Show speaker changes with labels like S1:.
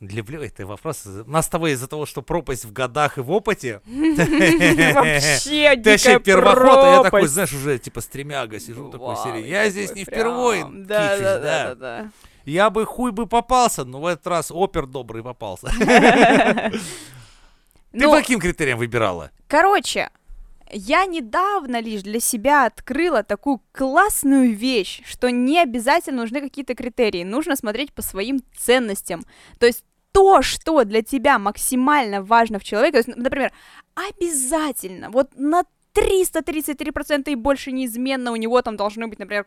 S1: Люблю эти вопросы. У нас с тобой из-за того, что пропасть в годах и в опыте.
S2: Вообще
S1: Ты вообще
S2: дикая
S1: первоход, а я такой,
S2: пропасть.
S1: знаешь, уже типа стремяга сижу такой
S2: Вау,
S1: серии.
S2: и
S1: Я
S2: такой
S1: здесь не
S2: прям.
S1: впервые кичусь,
S2: Да, да, да,
S1: да.
S2: да,
S1: Я бы хуй бы попался, но в этот раз опер добрый попался.
S2: да.
S1: Ты
S2: Ну,
S1: по каким критериям выбирала?
S2: короче, я недавно лишь для себя открыла такую классную вещь, что не обязательно нужны какие-то критерии, нужно смотреть по своим ценностям. То есть то, что для тебя максимально важно в человеке, то есть, например, обязательно, вот на 333% и больше неизменно у него там должны быть, например,